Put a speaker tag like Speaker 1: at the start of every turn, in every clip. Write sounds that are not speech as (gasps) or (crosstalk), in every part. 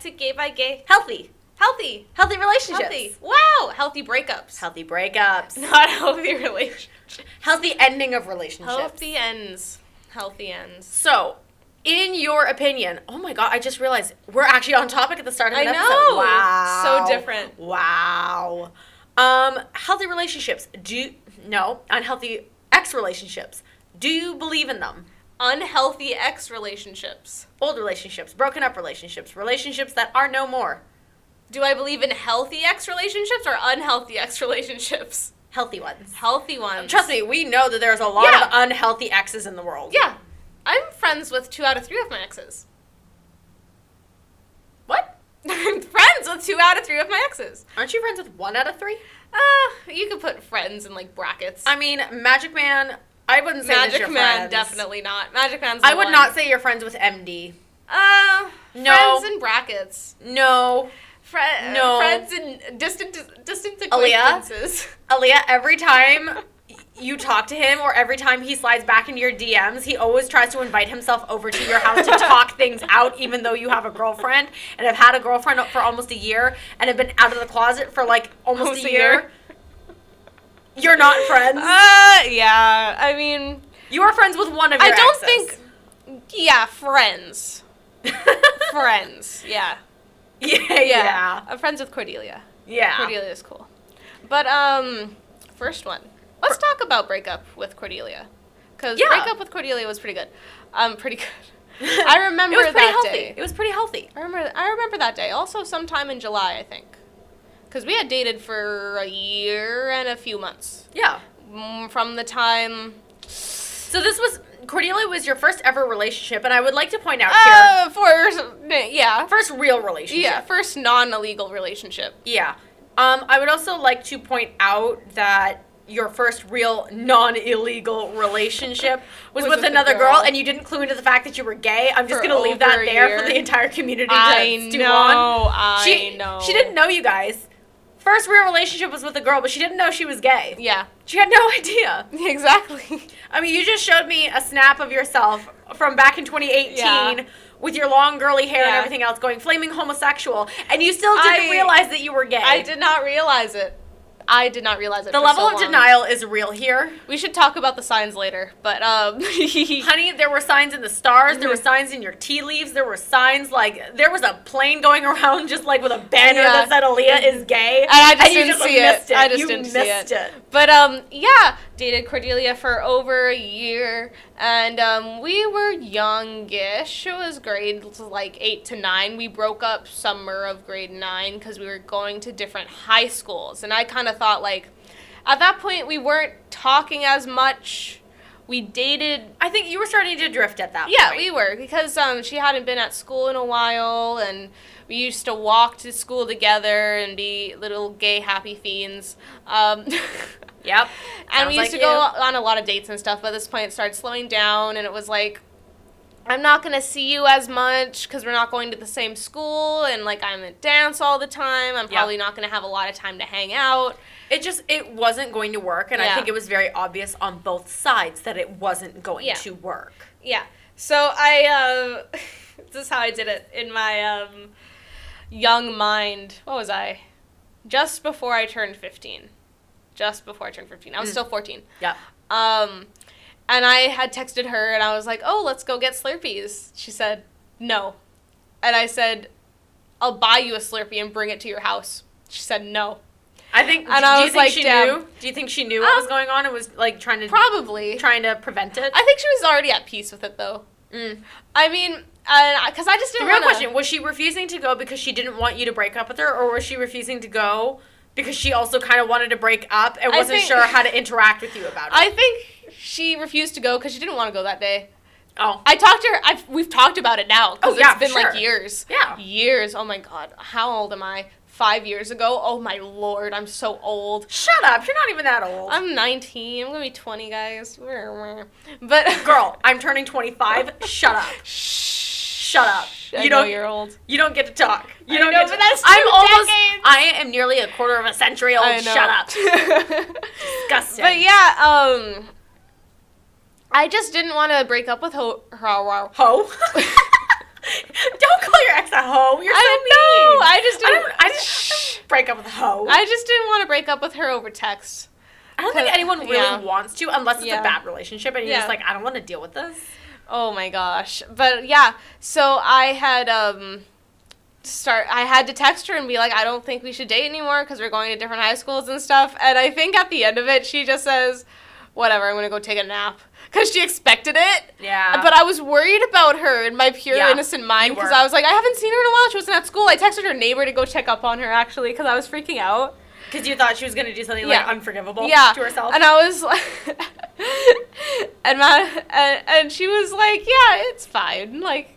Speaker 1: to gay by gay healthy. Healthy.
Speaker 2: Healthy relationships.
Speaker 1: Healthy. Wow. Healthy breakups.
Speaker 2: Healthy breakups.
Speaker 1: (laughs) Not healthy relationships.
Speaker 2: Healthy ending of relationships.
Speaker 1: Healthy ends. Healthy ends.
Speaker 2: So, in your opinion, oh my god, I just realized we're actually on topic at the start of
Speaker 1: I
Speaker 2: an
Speaker 1: know.
Speaker 2: episode. Wow.
Speaker 1: So different.
Speaker 2: Wow. Um, healthy relationships. Do you, no, unhealthy ex relationships. Do you believe in them?
Speaker 1: Unhealthy ex relationships.
Speaker 2: Old relationships, broken up relationships, relationships that are no more.
Speaker 1: Do I believe in healthy ex relationships or unhealthy ex relationships?
Speaker 2: Healthy ones.
Speaker 1: Healthy ones.
Speaker 2: Trust me, we know that there's a lot
Speaker 1: Yeah.
Speaker 2: of unhealthy exes in the world.
Speaker 1: Yeah. I'm friends with two out of three of my exes. (laughs)
Speaker 2: What?
Speaker 1: I'm friends with two out of three of my exes.
Speaker 2: Aren't you friends with one out of three?
Speaker 1: Uh, you could put friends in like brackets.
Speaker 2: I mean, Magic Man. I wouldn't say that
Speaker 1: Magic
Speaker 2: you're
Speaker 1: Man,
Speaker 2: friends.
Speaker 1: definitely not. Magic Man's. The
Speaker 2: I would
Speaker 1: one.
Speaker 2: not say you're friends with MD.
Speaker 1: Uh,
Speaker 2: No.
Speaker 1: Friends in brackets.
Speaker 2: No,
Speaker 1: Fri-
Speaker 2: No.
Speaker 1: Friends in distant distant
Speaker 2: Aaliyah?
Speaker 1: acquaintances.
Speaker 2: Aaliyah. Every time you talk to him, or every time he slides back into your DMs, he always tries to invite himself over to your
Speaker 1: (laughs)
Speaker 2: house to talk things out, even though you have a girlfriend and have had a girlfriend for almost a year and have been out of the closet for like (laughs) almost,
Speaker 1: Almost
Speaker 2: a,
Speaker 1: a
Speaker 2: year.
Speaker 1: year.
Speaker 2: You're not friends.
Speaker 1: Uh, yeah. I mean,
Speaker 2: you are friends with one of your
Speaker 1: I don't
Speaker 2: exes.
Speaker 1: think. Yeah, friends. friends. Yeah.
Speaker 2: (laughs) yeah, (laughs) yeah, Ah.
Speaker 1: I'm friends with Cordelia.
Speaker 2: yeah.
Speaker 1: Cordelia's cool. But um, first one. Let's talk about breakup with Cordelia, because
Speaker 2: Yeah.
Speaker 1: breakup with Cordelia was pretty good. Um, pretty good.
Speaker 2: (laughs)
Speaker 1: I remember
Speaker 2: it was pretty
Speaker 1: that
Speaker 2: healthy.
Speaker 1: day.
Speaker 2: It was pretty healthy.
Speaker 1: I remember. I remember that day. Also, sometime in July, I think, because we had dated for a year and a few months
Speaker 2: Yeah.
Speaker 1: Mm, from the time.
Speaker 2: So this was Cordelia was your first ever relationship, and I would like to point out here
Speaker 1: Uh, for yeah,
Speaker 2: Ah, first real relationship.
Speaker 1: yeah, first non-illegal relationship.
Speaker 2: Yeah. Um, I would also like to point out that your first real non-illegal
Speaker 1: (laughs)
Speaker 2: relationship was,
Speaker 1: Was
Speaker 2: with,
Speaker 1: with a
Speaker 2: another girl.
Speaker 1: girl.
Speaker 2: and you didn't clue into the fact that you were gay. I'm just
Speaker 1: For
Speaker 2: gonna leave
Speaker 1: over
Speaker 2: that
Speaker 1: a
Speaker 2: there for
Speaker 1: year.
Speaker 2: the entire community to
Speaker 1: I
Speaker 2: stew
Speaker 1: know.
Speaker 2: on.
Speaker 1: I
Speaker 2: She
Speaker 1: know.
Speaker 2: she didn't know you guys. First real relationship was with a girl, but she didn't know she was gay.
Speaker 1: Yeah. (laughs)
Speaker 2: She had no (laughs) idea.
Speaker 1: Exactly.
Speaker 2: I mean, you just showed me a snap of yourself from back in 2018
Speaker 1: Yeah.
Speaker 2: with your long girly hair and
Speaker 1: Yeah.
Speaker 2: everything else going flaming homosexual, and you still didn't
Speaker 1: I-
Speaker 2: realize that you were gay.
Speaker 1: I did not realize it. I did not realize it.
Speaker 2: The
Speaker 1: for
Speaker 2: level
Speaker 1: so
Speaker 2: of
Speaker 1: long.
Speaker 2: denial is real here.
Speaker 1: We should talk about the signs later, but um. (laughs)
Speaker 2: Honey, there were signs in the stars, there were
Speaker 1: Mhm.
Speaker 2: signs in your tea leaves, there were signs like there was a plane going (laughs) around just like with a banner
Speaker 1: Yeah.
Speaker 2: that said Aaliyah is gay.
Speaker 1: And I just
Speaker 2: you
Speaker 1: didn't see
Speaker 2: missed
Speaker 1: it. I just
Speaker 2: You
Speaker 1: didn't see
Speaker 2: missed
Speaker 1: it. But um, yeah, dated Cordelia for over a year, and um, we were youngish. It was grade like eight to nine. We broke up summer of grade nine because we were going to different high schools, and I kind of thought like, at that point we weren't talking as much. We dated
Speaker 2: I think you were starting to drift at that
Speaker 1: yeah,
Speaker 2: point.
Speaker 1: we were because um, she hadn't been at school in a while, and we used to walk to school together and be little gay happy fiends. Um, (laughs)
Speaker 2: Yep.
Speaker 1: and we
Speaker 2: Sounds
Speaker 1: used to
Speaker 2: like
Speaker 1: go
Speaker 2: you.
Speaker 1: on a lot of dates and stuff. But at this point, it started slowing down, and it was like, I'm not gonna see you as much because we're not going to the same school, and like I'm at dance all the time. I'm
Speaker 2: Yeah.
Speaker 1: probably not gonna have a lot of time to hang out.
Speaker 2: It just it wasn't going to work and I
Speaker 1: Yeah.
Speaker 2: think it was very obvious on both sides that it wasn't going
Speaker 1: Yeah.
Speaker 2: to work.
Speaker 1: Yeah. So I uh, (laughs) this is how I did it in my um, young mind. What was I? Just before I turned fifteen. Just before I turned fifteen. I was
Speaker 2: Mm.
Speaker 1: still fourteen.
Speaker 2: Yep.
Speaker 1: Um, and I had texted her and I was like, "Oh, let's go get Slurpees." She said, "No," and I said, "I'll buy you a Slurpee and bring it to your house." She said, "No."
Speaker 2: I think
Speaker 1: And
Speaker 2: do
Speaker 1: I
Speaker 2: you
Speaker 1: was
Speaker 2: think
Speaker 1: like,
Speaker 2: she
Speaker 1: damn.
Speaker 2: knew? Do you think she knew what was
Speaker 1: Um,
Speaker 2: going on and was like trying to
Speaker 1: Probably.
Speaker 2: trying to prevent it?
Speaker 1: I think she was already at peace with it though.
Speaker 2: Mm.
Speaker 1: I mean, because I just
Speaker 2: The
Speaker 1: didn't.
Speaker 2: real
Speaker 1: want
Speaker 2: question was she refusing to go because she didn't want you to break up with her, or was she refusing to go because she also kind of wanted to break up and
Speaker 1: I
Speaker 2: wasn't
Speaker 1: think-
Speaker 2: sure how to interact with you about it?
Speaker 1: I think she refused to go because she didn't want to go that day.
Speaker 2: oh,
Speaker 1: I talked to her. I've, we've talked about it now
Speaker 2: Oh,
Speaker 1: because
Speaker 2: yeah,
Speaker 1: it's been
Speaker 2: for
Speaker 1: like
Speaker 2: sure.
Speaker 1: years.
Speaker 2: Yeah.
Speaker 1: Years. Oh my god. How old am I? Five years ago. Oh my lord. I'm so old.
Speaker 2: shut up! You're not even that old.
Speaker 1: I'm 19. I'm gonna be 20, guys. But (laughs)
Speaker 2: Girl, I'm turning 25. shut up! Shut up!
Speaker 1: I
Speaker 2: you
Speaker 1: know
Speaker 2: don't.
Speaker 1: you're old.
Speaker 2: You don't get to talk. You
Speaker 1: I
Speaker 2: don't
Speaker 1: know,
Speaker 2: get to-
Speaker 1: but that's
Speaker 2: I'm
Speaker 1: two
Speaker 2: almost.
Speaker 1: decades.
Speaker 2: I am nearly a quarter of a century old.
Speaker 1: I know.
Speaker 2: Oh,
Speaker 1: (laughs)
Speaker 2: Shut up! Disgusting.
Speaker 1: But yeah, um, I just didn't want to break up with her. Ho-
Speaker 2: Ho. (laughs) don't call your ex a hoe. You're so
Speaker 1: I don't
Speaker 2: mean.
Speaker 1: know. I just
Speaker 2: I
Speaker 1: didn't.
Speaker 2: don't. I just break up with a hoe.
Speaker 1: (laughs)
Speaker 2: I,
Speaker 1: I just didn't want to break up with her over text.
Speaker 2: don't think anyone really
Speaker 1: Yeah.
Speaker 2: wants to unless it's
Speaker 1: Yeah.
Speaker 2: a bad relationship and you're
Speaker 1: Yeah.
Speaker 2: just like, I don't want to deal with this.
Speaker 1: Oh my gosh. But yeah, so I had um start I had to text her and be like I don't think we should date anymore cuz we're going to different high schools and stuff. And I think at the end of it she just says whatever, I'm going to go take a nap cuz she expected it.
Speaker 2: Yeah.
Speaker 1: But I was worried about her in my pure
Speaker 2: Yeah,
Speaker 1: innocent mind
Speaker 2: you
Speaker 1: because
Speaker 2: were.
Speaker 1: I was like I haven't seen her in a while. She wasn't at school. I texted her neighbor to go check up on her actually cuz I was freaking out.
Speaker 2: Because you thought she was going to do something
Speaker 1: Yeah.
Speaker 2: like unforgivable
Speaker 1: yeah.
Speaker 2: to herself.
Speaker 1: And I was like, (laughs) and, Ma- and and she was like, yeah, it's fine. Like,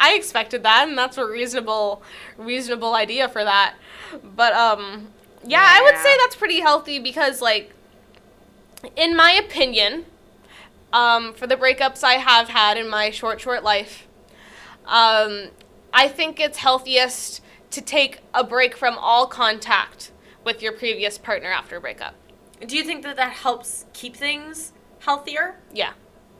Speaker 1: I expected that, and that's a reasonable, reasonable idea for that. But um, yeah, I would say
Speaker 2: Yeah.
Speaker 1: that's pretty healthy because, like, in my opinion, um, for the breakups I have had in my short, short life, um, I think it's healthiest to take a break from all contact with your previous partner after a breakup.
Speaker 2: do you think that that helps keep things healthier?
Speaker 1: Yeah,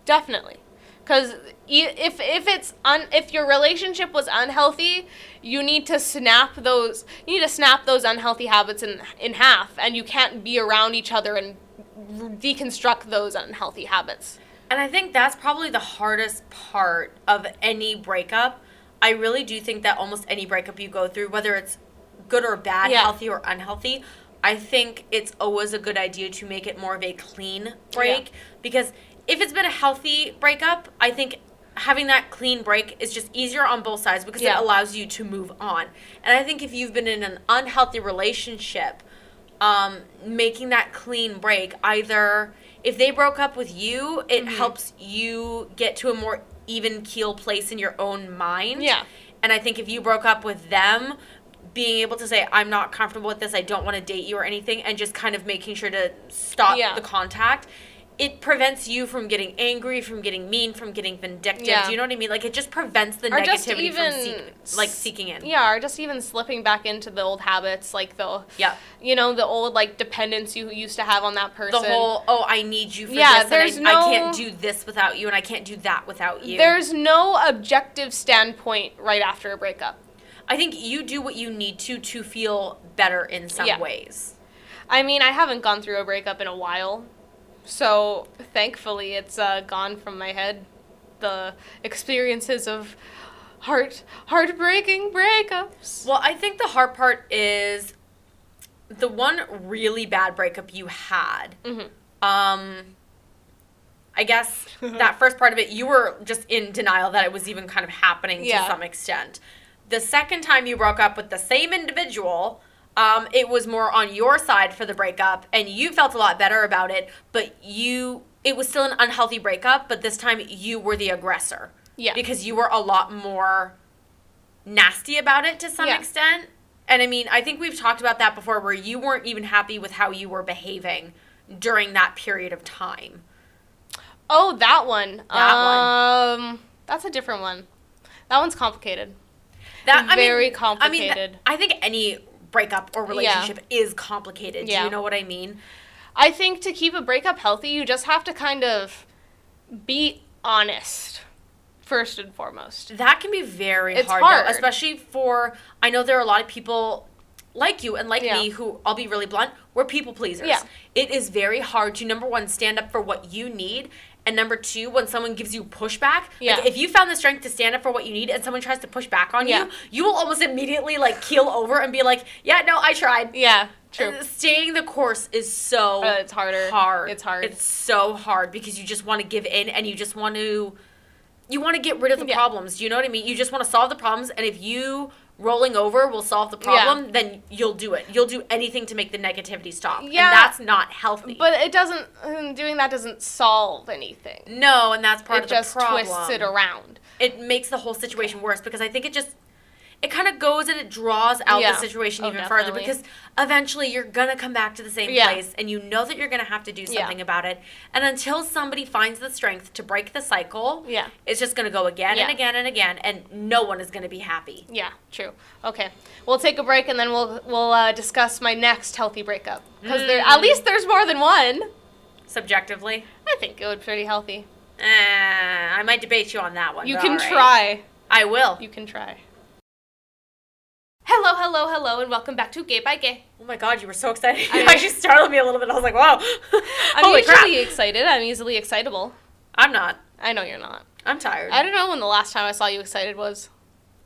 Speaker 1: definitely. Because if if it's un, if your relationship was unhealthy, you need to snap those you need to snap those unhealthy habits in in half, and you can't be around each other and r- deconstruct those unhealthy habits.
Speaker 2: And I think that's probably the hardest part of any breakup. I really do think that almost any breakup you go through, whether it's good or bad,
Speaker 1: Yeah.
Speaker 2: healthy or unhealthy, I think it's always a good idea to make it more of a clean break because if it's been a healthy breakup, I think having that clean break is just easier on both sides because
Speaker 1: Yeah.
Speaker 2: it allows you to move on. And I think if you've been in an unhealthy relationship, um, making that clean break either if they broke up with you it
Speaker 1: Mm-hmm.
Speaker 2: helps you get to a more even keel place in your own mind
Speaker 1: Yeah.
Speaker 2: and i think if you broke up with them being able to say i'm not comfortable with this i don't want to date you or anything and just kind of making sure to stop
Speaker 1: Yeah.
Speaker 2: the contact it prevents you from getting angry from getting mean from getting vindictive
Speaker 1: Yeah.
Speaker 2: do you know what i mean like it just prevents the
Speaker 1: Or just
Speaker 2: negativity
Speaker 1: even
Speaker 2: from seek,
Speaker 1: s-
Speaker 2: like seeking in
Speaker 1: Yeah, or just even slipping back into the old habits, like the
Speaker 2: yeah
Speaker 1: you know the old like dependence you used to have on that person.
Speaker 2: the whole oh i need you for
Speaker 1: Yeah,
Speaker 2: this
Speaker 1: there's
Speaker 2: and I, I can't
Speaker 1: no-
Speaker 2: do this without you and i can't do that without you
Speaker 1: There's no objective standpoint right after a breakup.
Speaker 2: i think you do what you need to to feel better in some
Speaker 1: Yeah.
Speaker 2: ways
Speaker 1: I mean, I haven't gone through a breakup in a while, so thankfully it's uh, gone from my head. The experiences of heart heartbreaking breakups.
Speaker 2: well i think the hard part is the one really bad breakup you had
Speaker 1: Mhm.
Speaker 2: um i guess that first part of it you were just in denial that it was even kind of happening
Speaker 1: Yeah.
Speaker 2: to some extent the second time you broke up with the same individual um, it was more on your side for the breakup and you felt a lot better about it but you it was still an unhealthy breakup but this time you were the aggressor
Speaker 1: Yeah.
Speaker 2: because you were a lot more nasty about it to some
Speaker 1: Yeah.
Speaker 2: extent. And I mean, I think we've talked about that before where you weren't even happy with how you were behaving during that period of time.
Speaker 1: Oh, that one.
Speaker 2: That
Speaker 1: um, that's a different one. That one's complicated.
Speaker 2: That I
Speaker 1: Very
Speaker 2: mean, I mean,
Speaker 1: complicated.
Speaker 2: th- I think any breakup or relationship is complicated. Do
Speaker 1: Yeah.
Speaker 2: you know what I mean?
Speaker 1: I think to keep a breakup healthy, you just have to kind of be honest first and foremost.
Speaker 2: That can be very
Speaker 1: It's
Speaker 2: hard, though,
Speaker 1: hard.
Speaker 2: especially for I know there are a lot of people like you and like
Speaker 1: Yeah.
Speaker 2: me who I'll be really blunt, we're people pleasers.
Speaker 1: Yeah.
Speaker 2: It is very hard to number one stand up for what you need. And number two, when someone gives you pushback,
Speaker 1: Yeah.
Speaker 2: like if you found the strength to stand up for what you need and someone tries to push back on
Speaker 1: Yeah.
Speaker 2: you, you will almost immediately like keel over and be like, Yeah, no, I tried.
Speaker 1: Yeah, true.
Speaker 2: Uh, Staying the course is so
Speaker 1: Uh, it's harder.
Speaker 2: hard.
Speaker 1: It's hard.
Speaker 2: It's so hard because you just want to give in and you just want to you want to get rid of the
Speaker 1: Yeah.
Speaker 2: problems. Do you know what I mean? You just want to solve the problems and if you rolling over will solve the problem, then you'll do it. You'll do anything to make the negativity stop.
Speaker 1: Yeah.
Speaker 2: And that's not healthy.
Speaker 1: but it doesn't. um, Doing that doesn't solve anything.
Speaker 2: no, and that's part
Speaker 1: It
Speaker 2: of the
Speaker 1: just
Speaker 2: problem.
Speaker 1: twists it around.
Speaker 2: It makes the whole situation worse because I think it just it kind of goes and it draws out
Speaker 1: Yeah.
Speaker 2: the situation
Speaker 1: Oh,
Speaker 2: even further
Speaker 1: definitely.
Speaker 2: because eventually you're gonna come back to the same
Speaker 1: Yeah.
Speaker 2: place and you know that you're gonna have to do
Speaker 1: Yeah.
Speaker 2: something about it. And until somebody finds the strength to break the cycle,
Speaker 1: Yeah.
Speaker 2: it's just gonna go again and
Speaker 1: Yeah.
Speaker 2: again and again, and no one is gonna be happy.
Speaker 1: Yeah, true. Okay, we'll take a break and then we'll we'll uh, discuss my next healthy breakup because there
Speaker 2: Hmm.
Speaker 1: at least there's more than one.
Speaker 2: Subjectively,
Speaker 1: I think it would be pretty healthy.
Speaker 2: eh, I might debate you on that one.
Speaker 1: You
Speaker 2: but
Speaker 1: can
Speaker 2: all right.
Speaker 1: try.
Speaker 2: I will.
Speaker 1: You can try. Hello, hello, hello, and welcome back to Gay by Gay.
Speaker 2: Oh my god, you were so excited. (laughs)
Speaker 1: I-
Speaker 2: You actually startled me a little bit. I was like, wow.
Speaker 1: I'm
Speaker 2: Holy crap.
Speaker 1: usually excited. I'm easily excitable.
Speaker 2: I'm not.
Speaker 1: I know you're not.
Speaker 2: I'm tired.
Speaker 1: I don't know when the last time I saw you excited was.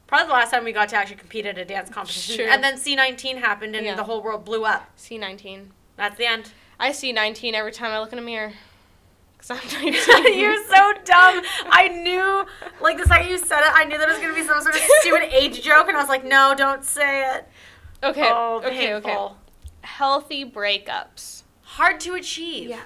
Speaker 2: Probably the last time we got to actually compete at a dance competition.
Speaker 1: Sure.
Speaker 2: And then C19 happened and
Speaker 1: Yeah.
Speaker 2: the whole world blew up.
Speaker 1: C19.
Speaker 2: That's
Speaker 1: (laughs)
Speaker 2: the end. (laughs)
Speaker 1: I see 19 every time I look in a mirror. Because I'm (laughs) 19.
Speaker 2: (laughs) You're so dumb. I knew, like, the second you said it, I knew that it was going to be some sort of
Speaker 1: (laughs)
Speaker 2: stupid age joke, and I was like, no, don't say it.
Speaker 1: Okay,
Speaker 2: oh,
Speaker 1: okay,
Speaker 2: painful.
Speaker 1: okay. Healthy breakups.
Speaker 2: Hard to achieve.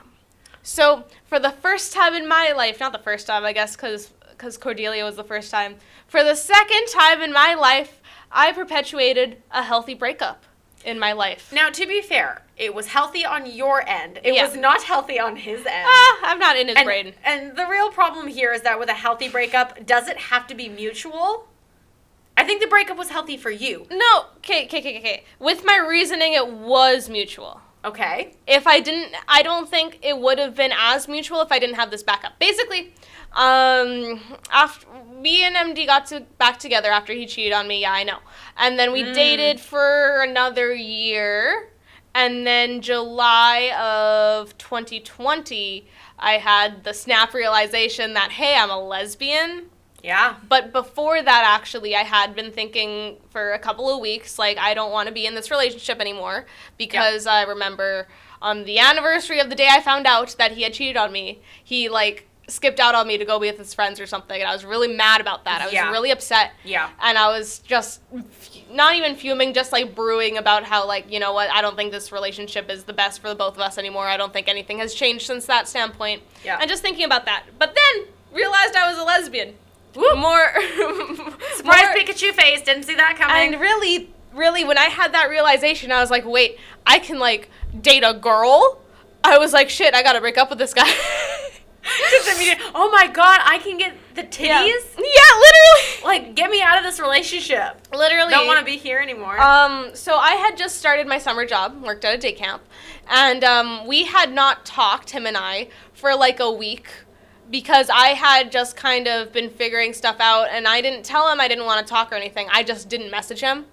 Speaker 1: So, for the first time in my life, not the first time, I guess, because Cordelia was the first time, for the second time in my life, I perpetuated a healthy breakup in my life.
Speaker 2: Now, to be fair, it was healthy on your end. It
Speaker 1: Yeah.
Speaker 2: was not healthy on his end.
Speaker 1: Ah, I'm not in his
Speaker 2: and,
Speaker 1: brain.
Speaker 2: and the real problem here is that with a healthy breakup, does it have to be mutual? I think the breakup was healthy for you.
Speaker 1: No, okay, okay, okay, okay. With my reasoning, it was mutual.
Speaker 2: Okay.
Speaker 1: if I didn't, I don't think it would have been as mutual if I didn't have this backup. Basically, um, after me and MD got to back together after he cheated on me. Yeah, I know. And then we dated for another year, and then July of 2020, I had the snap realization that hey, I'm a lesbian.
Speaker 2: Yeah.
Speaker 1: But before that, actually, I had been thinking for a couple of weeks, like, I don't want to be in this relationship anymore because I remember on the anniversary of the day I found out that he had cheated on me, he, like, skipped out on me to go be with his friends or something. And I was really mad about that. I was
Speaker 2: Yeah.
Speaker 1: really upset.
Speaker 2: Yeah.
Speaker 1: And I was just f- not even fuming, just like brewing about how, like, you know what, I don't think this relationship is the best for the both of us anymore. I don't think anything has changed since that standpoint.
Speaker 2: Yeah.
Speaker 1: And just thinking about that. But then realized I was a lesbian. More. (laughs)
Speaker 2: Surprise
Speaker 1: more-
Speaker 2: Pikachu face. Didn't see that coming.
Speaker 1: And (laughs) really, really, when I had that realization, I was like, wait, I can, like, date a girl? I was like, shit, I gotta break up with this guy. (laughs)
Speaker 2: Just immediate- oh my god, I can get the titties.
Speaker 1: yeah. yeah,
Speaker 2: Like, get me out of this relationship.
Speaker 1: literally. Literally.
Speaker 2: Don't want to be here anymore.
Speaker 1: Um, so I had just started my summer job, worked at a day camp, and um, we had not talked, him and I, for like a week because I had just kind of been figuring stuff out and I didn't tell him I didn't want to talk or anything. I just didn't message him.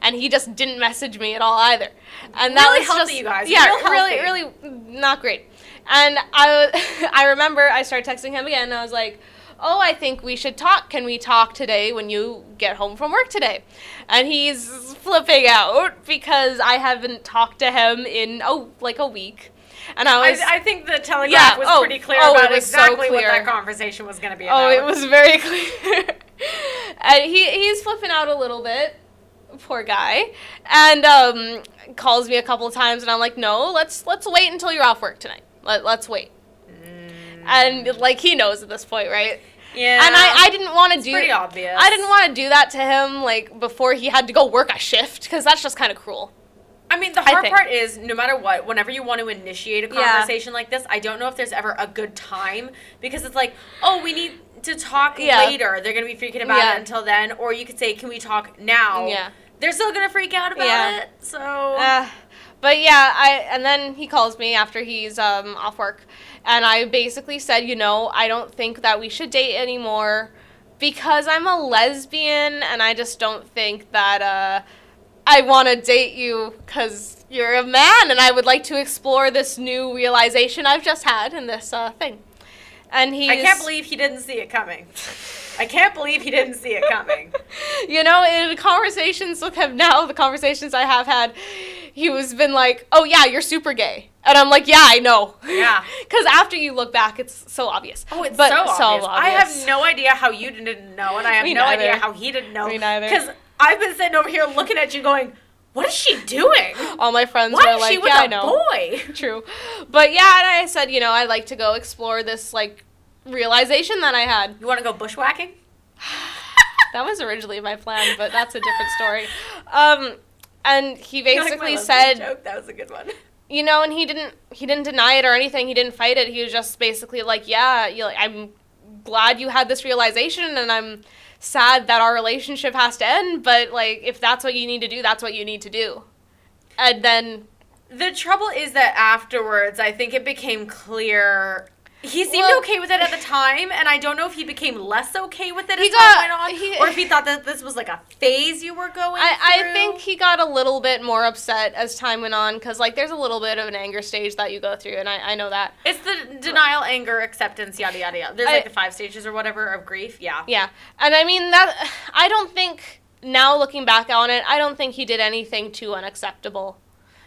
Speaker 1: And he just didn't message me at all either. And that
Speaker 2: Really
Speaker 1: was
Speaker 2: healthy,
Speaker 1: just
Speaker 2: you guys.
Speaker 1: Yeah,
Speaker 2: Real
Speaker 1: really,
Speaker 2: healthy.
Speaker 1: really not great. And I wa- (laughs) I remember I started texting him again and I was like, "Oh, I think we should talk. Can we talk today when you get home from work today?" And he's flipping out because I haven't talked to him in oh, like a week. And I
Speaker 2: I,
Speaker 1: was
Speaker 2: I think the telegraph
Speaker 1: Yeah,
Speaker 2: was
Speaker 1: oh,
Speaker 2: pretty clear
Speaker 1: oh, it
Speaker 2: about
Speaker 1: was so
Speaker 2: exactly
Speaker 1: clear.
Speaker 2: what that conversation was going to be
Speaker 1: Oh,
Speaker 2: about.
Speaker 1: it was
Speaker 2: (laughs)
Speaker 1: very clear. and he he's flipping out a little bit, poor guy, and um, calls me a couple of times, and I'm like, no, let's let's wait until you're off work tonight. Let, let's wait. And like he knows at this point, right?
Speaker 2: Mm. Yeah.
Speaker 1: And I, I didn't want to do
Speaker 2: pretty obvious.
Speaker 1: I didn't want to do that to him like before he had to go work a shift because that's just kind of cruel.
Speaker 2: I mean, the
Speaker 1: I
Speaker 2: hard
Speaker 1: think.
Speaker 2: part is no matter what, whenever you want to initiate a
Speaker 1: Yeah.
Speaker 2: conversation like this, I don't know if there's ever a good time because it's like, oh, we need to talk
Speaker 1: Yeah.
Speaker 2: later. They're going to be freaking about
Speaker 1: Yeah.
Speaker 2: it until then. Or you could say, can we talk now?
Speaker 1: Yeah.
Speaker 2: They're still going to freak out about
Speaker 1: Yeah.
Speaker 2: it. So.
Speaker 1: Uh, but yeah, I and then he calls me after he's um, off work, and I basically said, you know, I don't think that we should date anymore because I'm a lesbian, and I just don't think that uh, I want to date you because you're a man, and I would like to explore this new realization I've just had in this uh, thing. And he,
Speaker 2: I can't believe he didn't see it coming. I can't believe he didn't see it coming.
Speaker 1: (laughs) you know, in conversations with him now, the conversations I have had, he was been like, "Oh yeah, you're super gay," and I'm like, "Yeah, I know." (laughs)
Speaker 2: Yeah.
Speaker 1: Because after you look back, it's so obvious.
Speaker 2: Oh, it's
Speaker 1: But
Speaker 2: so, obvious. I have no idea how you didn't know, and I have
Speaker 1: Me
Speaker 2: no idea
Speaker 1: neither.
Speaker 2: how he didn't know.
Speaker 1: Me neither.
Speaker 2: Because I've been sitting over here looking at you, going, "What is she doing?
Speaker 1: (gasps)
Speaker 2: (laughs)
Speaker 1: All my friends
Speaker 2: Why
Speaker 1: were
Speaker 2: is she
Speaker 1: like,
Speaker 2: with
Speaker 1: "Yeah,
Speaker 2: a
Speaker 1: I know."
Speaker 2: boy?"
Speaker 1: (laughs) True, but yeah, and I said, you know, I'd like to go explore this like realization that I had.
Speaker 2: You want to go bushwhacking?
Speaker 1: that was originally my plan, but that's a different story. Um, and he
Speaker 2: I feel like my
Speaker 1: basically said,
Speaker 2: lesbian joke. "That was a good one."
Speaker 1: you know and he didn't he didn't deny it or anything he didn't fight it he was just basically like yeah you like, i'm glad you had this realization and i'm sad that our relationship has to end but like if that's what you need to do that's what you need to do and then
Speaker 2: The trouble is that afterwards, I think it became clear He seemed
Speaker 1: Well-
Speaker 2: okay with it at the time, and I don't know if he became less okay with it
Speaker 1: He
Speaker 2: as time
Speaker 1: got-
Speaker 2: went on,
Speaker 1: he-
Speaker 2: or if he thought that this was like a phase you were going
Speaker 1: I, I
Speaker 2: through.
Speaker 1: think he got a little bit more upset as time went on because like there's a little bit of an anger stage that you go through and I, I know that
Speaker 2: it's the denial, anger, acceptance, yada yada yada. There's
Speaker 1: I-
Speaker 2: like the five stages or whatever of grief. Yeah.
Speaker 1: yeah and I mean that I don't think now looking back on it I don't think he did anything too unacceptable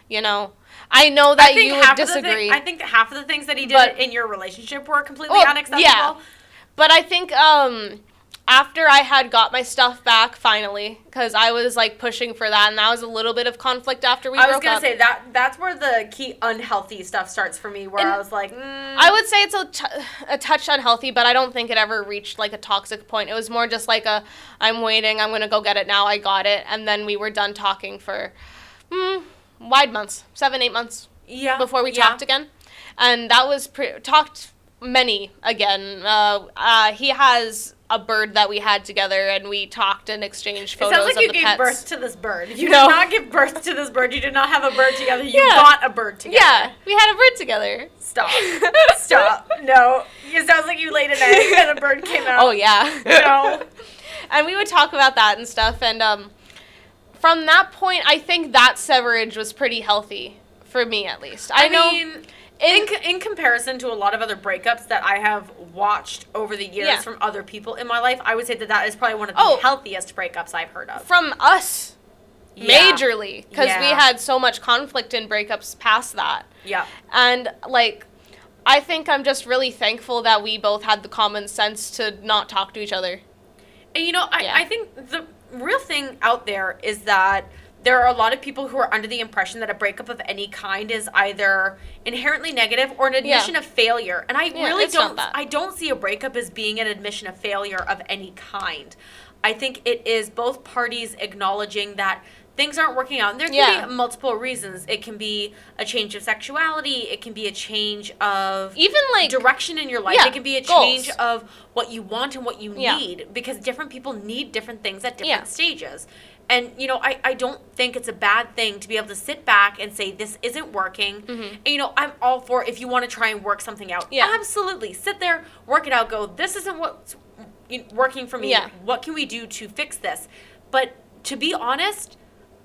Speaker 1: you know I know that
Speaker 2: I think
Speaker 1: you
Speaker 2: half
Speaker 1: would
Speaker 2: Of the
Speaker 1: disagree
Speaker 2: thing, I think that half of the things that he did
Speaker 1: But-
Speaker 2: in your relationship were completely
Speaker 1: Well,
Speaker 2: unacceptable.
Speaker 1: yeah. But I think um, after I had got my stuff back finally, because I was like pushing for that, and that was a little bit of conflict after we
Speaker 2: I was
Speaker 1: broke
Speaker 2: gonna
Speaker 1: up.
Speaker 2: say that that's where the key unhealthy stuff starts for me, where
Speaker 1: And
Speaker 2: I was like, mm,
Speaker 1: I would say it's a, t- a touch unhealthy, but I don't think it ever reached like a toxic point. It was more just like a, I'm waiting, I'm gonna go get it now, I got it, and then we were done talking for, mm, wide months, seven eight months
Speaker 2: yeah,
Speaker 1: before we
Speaker 2: yeah.
Speaker 1: talked again, and that was pre- talked many again. Uh, uh, he has a bird that we had together, and we talked and exchanged
Speaker 2: It
Speaker 1: photos
Speaker 2: sounds like
Speaker 1: of
Speaker 2: you
Speaker 1: the
Speaker 2: gave
Speaker 1: pets.
Speaker 2: birth to this bird. You
Speaker 1: (laughs) No.
Speaker 2: did not give birth to this bird. You did not have a bird together. You
Speaker 1: Yeah.
Speaker 2: got a bird together.
Speaker 1: yeah, we had a bird together. (laughs)
Speaker 2: Stop. (laughs) Stop. No. It sounds like you laid an egg and a bird came
Speaker 1: (laughs)
Speaker 2: out.
Speaker 1: Oh yeah.
Speaker 2: No.
Speaker 1: (laughs) and we would talk about that and stuff, and um, from that point, I think that severage was pretty healthy for me, at least. I, know.
Speaker 2: mean,
Speaker 1: in-
Speaker 2: in, in comparison to a lot of other breakups that I have watched over the years
Speaker 1: Yeah.
Speaker 2: from other people in my life, I would say that that is probably one of the
Speaker 1: Oh.
Speaker 2: healthiest breakups I've heard of.
Speaker 1: from us,
Speaker 2: Yeah.
Speaker 1: majorly, because we
Speaker 2: Yeah.
Speaker 1: had so much conflict in breakups past that.
Speaker 2: Yeah.
Speaker 1: And like, I think I'm just really thankful that we both had the common sense to not talk to each other.
Speaker 2: And you know, I,
Speaker 1: Yeah.
Speaker 2: I think the real thing out there is that there are a lot of people who are under the impression that a breakup of any kind is either inherently negative or an
Speaker 1: Yeah.
Speaker 2: admission of failure. And I
Speaker 1: Yeah,
Speaker 2: really
Speaker 1: it's not
Speaker 2: don't
Speaker 1: that.
Speaker 2: I don't see a breakup as being an admission of failure of any kind. I think it is both parties acknowledging that things aren't working out. And there can
Speaker 1: Yeah.
Speaker 2: be multiple reasons. It can be a change of sexuality, it can be a change of
Speaker 1: Even like,
Speaker 2: direction in your life.
Speaker 1: Yeah,
Speaker 2: it can be a
Speaker 1: goals.
Speaker 2: change of what you want and what you
Speaker 1: Yeah.
Speaker 2: need because different people need different things at different
Speaker 1: Yeah.
Speaker 2: stages. And you know, I, I don't think it's a bad thing to be able to sit back and say this isn't working. And you know, I'm all for if you want to try and work something out.
Speaker 1: Mm-hmm. Yeah.
Speaker 2: Absolutely. Sit there, work it out, go, this isn't what's you- working for me.
Speaker 1: Yeah.
Speaker 2: What can we do to fix this? But to be honest,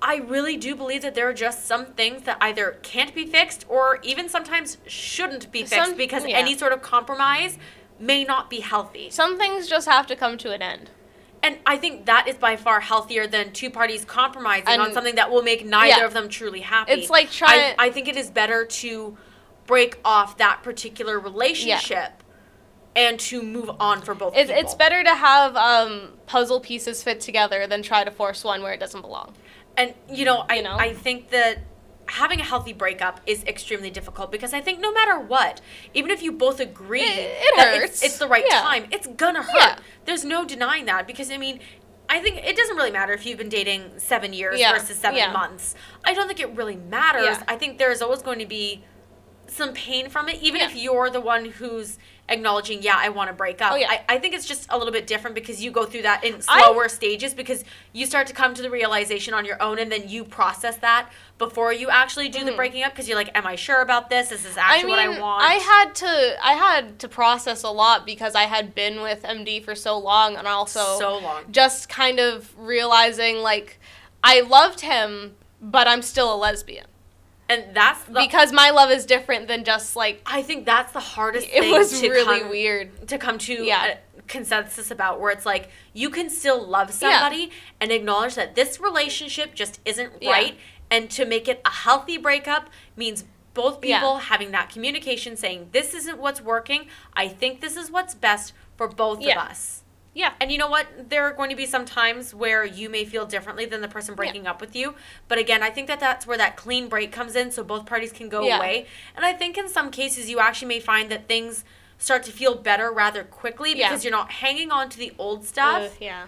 Speaker 2: I really do believe that there are just some things that either can't be fixed or even sometimes shouldn't be fixed
Speaker 1: Some-
Speaker 2: because
Speaker 1: yeah.
Speaker 2: any sort of compromise may not be healthy.
Speaker 1: some things just have to come to an end.
Speaker 2: And I think that is by far healthier than two parties compromising on
Speaker 1: And-
Speaker 2: something that will make neither
Speaker 1: yeah.
Speaker 2: of them truly happy.
Speaker 1: It's like try-
Speaker 2: I, I think it is better to break off that particular relationship and to move on for both
Speaker 1: It,
Speaker 2: people.
Speaker 1: it's better to have um, puzzle pieces fit together than try to force one where it doesn't belong.
Speaker 2: And you know, I
Speaker 1: You know?
Speaker 2: I think that having a healthy breakup is extremely difficult because I think no matter what, even if you both agree
Speaker 1: It- it
Speaker 2: that
Speaker 1: hurts.
Speaker 2: It's, it's the right
Speaker 1: Yeah.
Speaker 2: time, it's gonna hurt.
Speaker 1: Yeah.
Speaker 2: There's no denying that because I mean, I think it doesn't really matter if you've been dating seven years
Speaker 1: Yeah.
Speaker 2: versus seven
Speaker 1: Yeah.
Speaker 2: months. I don't think it really matters.
Speaker 1: Yeah.
Speaker 2: I think there's always going to be some pain from it, even
Speaker 1: Yeah.
Speaker 2: if you're the one who's acknowledging, yeah, I want to break up.
Speaker 1: Oh, yeah.
Speaker 2: I, I think it's just a little bit different because you go through that in
Speaker 1: I-
Speaker 2: slower stages because you start to come to the realization on your own and then you process that before you actually do the
Speaker 1: Mhm.
Speaker 2: breaking up because you're like, am I sure about this? Is this actually
Speaker 1: I mean,
Speaker 2: what I want?
Speaker 1: had to I had to process a lot because I had been with MD for so long and also
Speaker 2: so long.
Speaker 1: just kind of realizing like I loved him, but I'm still a lesbian
Speaker 2: And that's the,
Speaker 1: because my love is different than just like
Speaker 2: I think that's the hardest
Speaker 1: it
Speaker 2: thing
Speaker 1: was
Speaker 2: to
Speaker 1: really
Speaker 2: come-
Speaker 1: weird.
Speaker 2: to come to
Speaker 1: Yeah.
Speaker 2: a consensus about where it's like you can still love somebody and acknowledge that this relationship just isn't
Speaker 1: Yeah.
Speaker 2: right and to make it a healthy breakup means both
Speaker 1: Yeah.
Speaker 2: people having that communication saying this isn't what's working i think this is what's best for both
Speaker 1: Yeah.
Speaker 2: of us
Speaker 1: Yeah.
Speaker 2: and you know what there are going to be some times where you may feel differently than the person breaking up with you but again i think that that's where that clean break comes in so both parties can go
Speaker 1: Yeah.
Speaker 2: away and i think in some cases you actually may find that things start to feel better rather quickly
Speaker 1: Yeah.
Speaker 2: because you're not hanging on to the old
Speaker 1: Ugh,
Speaker 2: stuff
Speaker 1: Uh, yeah.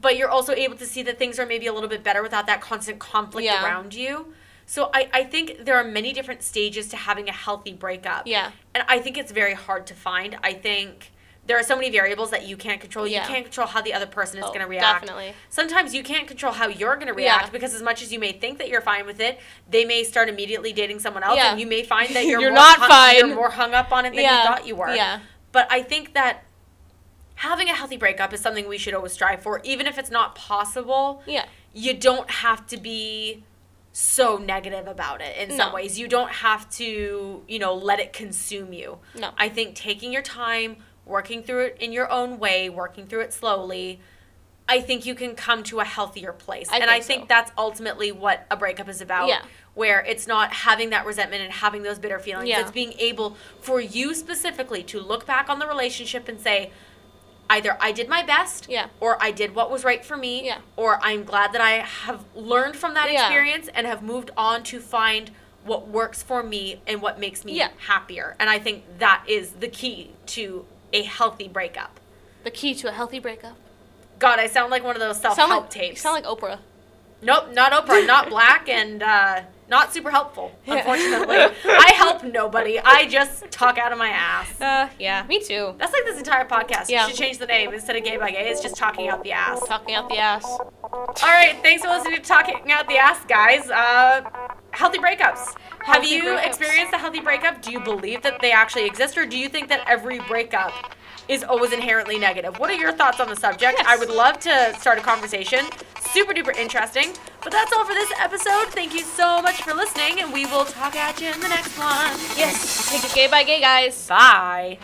Speaker 2: but you're also able to see that things are maybe a little bit better without that constant conflict
Speaker 1: Yeah.
Speaker 2: around you so I, I think there are many different stages to having a healthy breakup
Speaker 1: Yeah.
Speaker 2: and I think it's very hard to find. I think there are so many variables that you can't control.
Speaker 1: Yeah.
Speaker 2: You can't control how the other person is
Speaker 1: Oh,
Speaker 2: going to react.
Speaker 1: Definitely.
Speaker 2: Sometimes you can't control how you're going to react
Speaker 1: Yeah.
Speaker 2: because as much as you may think that you're fine with it, they may start immediately dating someone else,
Speaker 1: Yeah.
Speaker 2: and you may find
Speaker 1: (laughs)
Speaker 2: that you're,
Speaker 1: You're
Speaker 2: more
Speaker 1: not
Speaker 2: hung,
Speaker 1: fine.
Speaker 2: You're more hung up on it than
Speaker 1: yeah.
Speaker 2: you thought you were.
Speaker 1: Yeah.
Speaker 2: But I think that having a healthy breakup is something we should always strive for, even if it's not possible.
Speaker 1: Yeah.
Speaker 2: You don't have to be so negative about it in some
Speaker 1: No.
Speaker 2: ways. You don't have to, you know, let it consume you.
Speaker 1: No.
Speaker 2: I think taking your time, working through it in your own way, working through it slowly, I think you can come to a healthier place.
Speaker 1: I
Speaker 2: and
Speaker 1: think
Speaker 2: I think
Speaker 1: so.
Speaker 2: that's ultimately what a breakup is about.
Speaker 1: Yeah.
Speaker 2: Where it's not having that resentment and having those bitter feelings.
Speaker 1: Yeah.
Speaker 2: It's being able for you specifically to look back on the relationship and say, either I did my best
Speaker 1: Yeah.
Speaker 2: or I did what was right for me
Speaker 1: Yeah.
Speaker 2: or I'm glad that I have learned from that
Speaker 1: Yeah.
Speaker 2: experience and have moved on to find what works for me and what makes me
Speaker 1: Yeah.
Speaker 2: happier. And I think that is the key to a healthy breakup.
Speaker 1: The key to a healthy breakup.
Speaker 2: God, I sound like one of those self-help
Speaker 1: sound like,
Speaker 2: tapes.
Speaker 1: Sound like Oprah.
Speaker 2: nope, not Oprah, not black and uh, not super helpful,
Speaker 1: (laughs) Yeah.
Speaker 2: unfortunately. I help nobody. I just talk out of my ass.
Speaker 1: Uh, yeah. Me too.
Speaker 2: That's like this entire podcast.
Speaker 1: Yeah.
Speaker 2: You should change the name instead of gay by gay. It's just talking out the ass.
Speaker 1: Talking out the ass.
Speaker 2: All right, thanks for listening to Talking Out the Ass, guys. Uh, healthy breakups. Have
Speaker 1: Healthy
Speaker 2: you
Speaker 1: breakups.
Speaker 2: experienced a healthy breakup? Do you believe that they actually exist, or do you think that every breakup is always inherently negative? What are your thoughts on the subject?
Speaker 1: Yes.
Speaker 2: I would love to start a conversation. Super duper interesting. But that's all for this episode. Thank you so much for listening, and we will talk at you in the next one.
Speaker 1: Yes. Take it gay by gay, guys.
Speaker 2: Bye.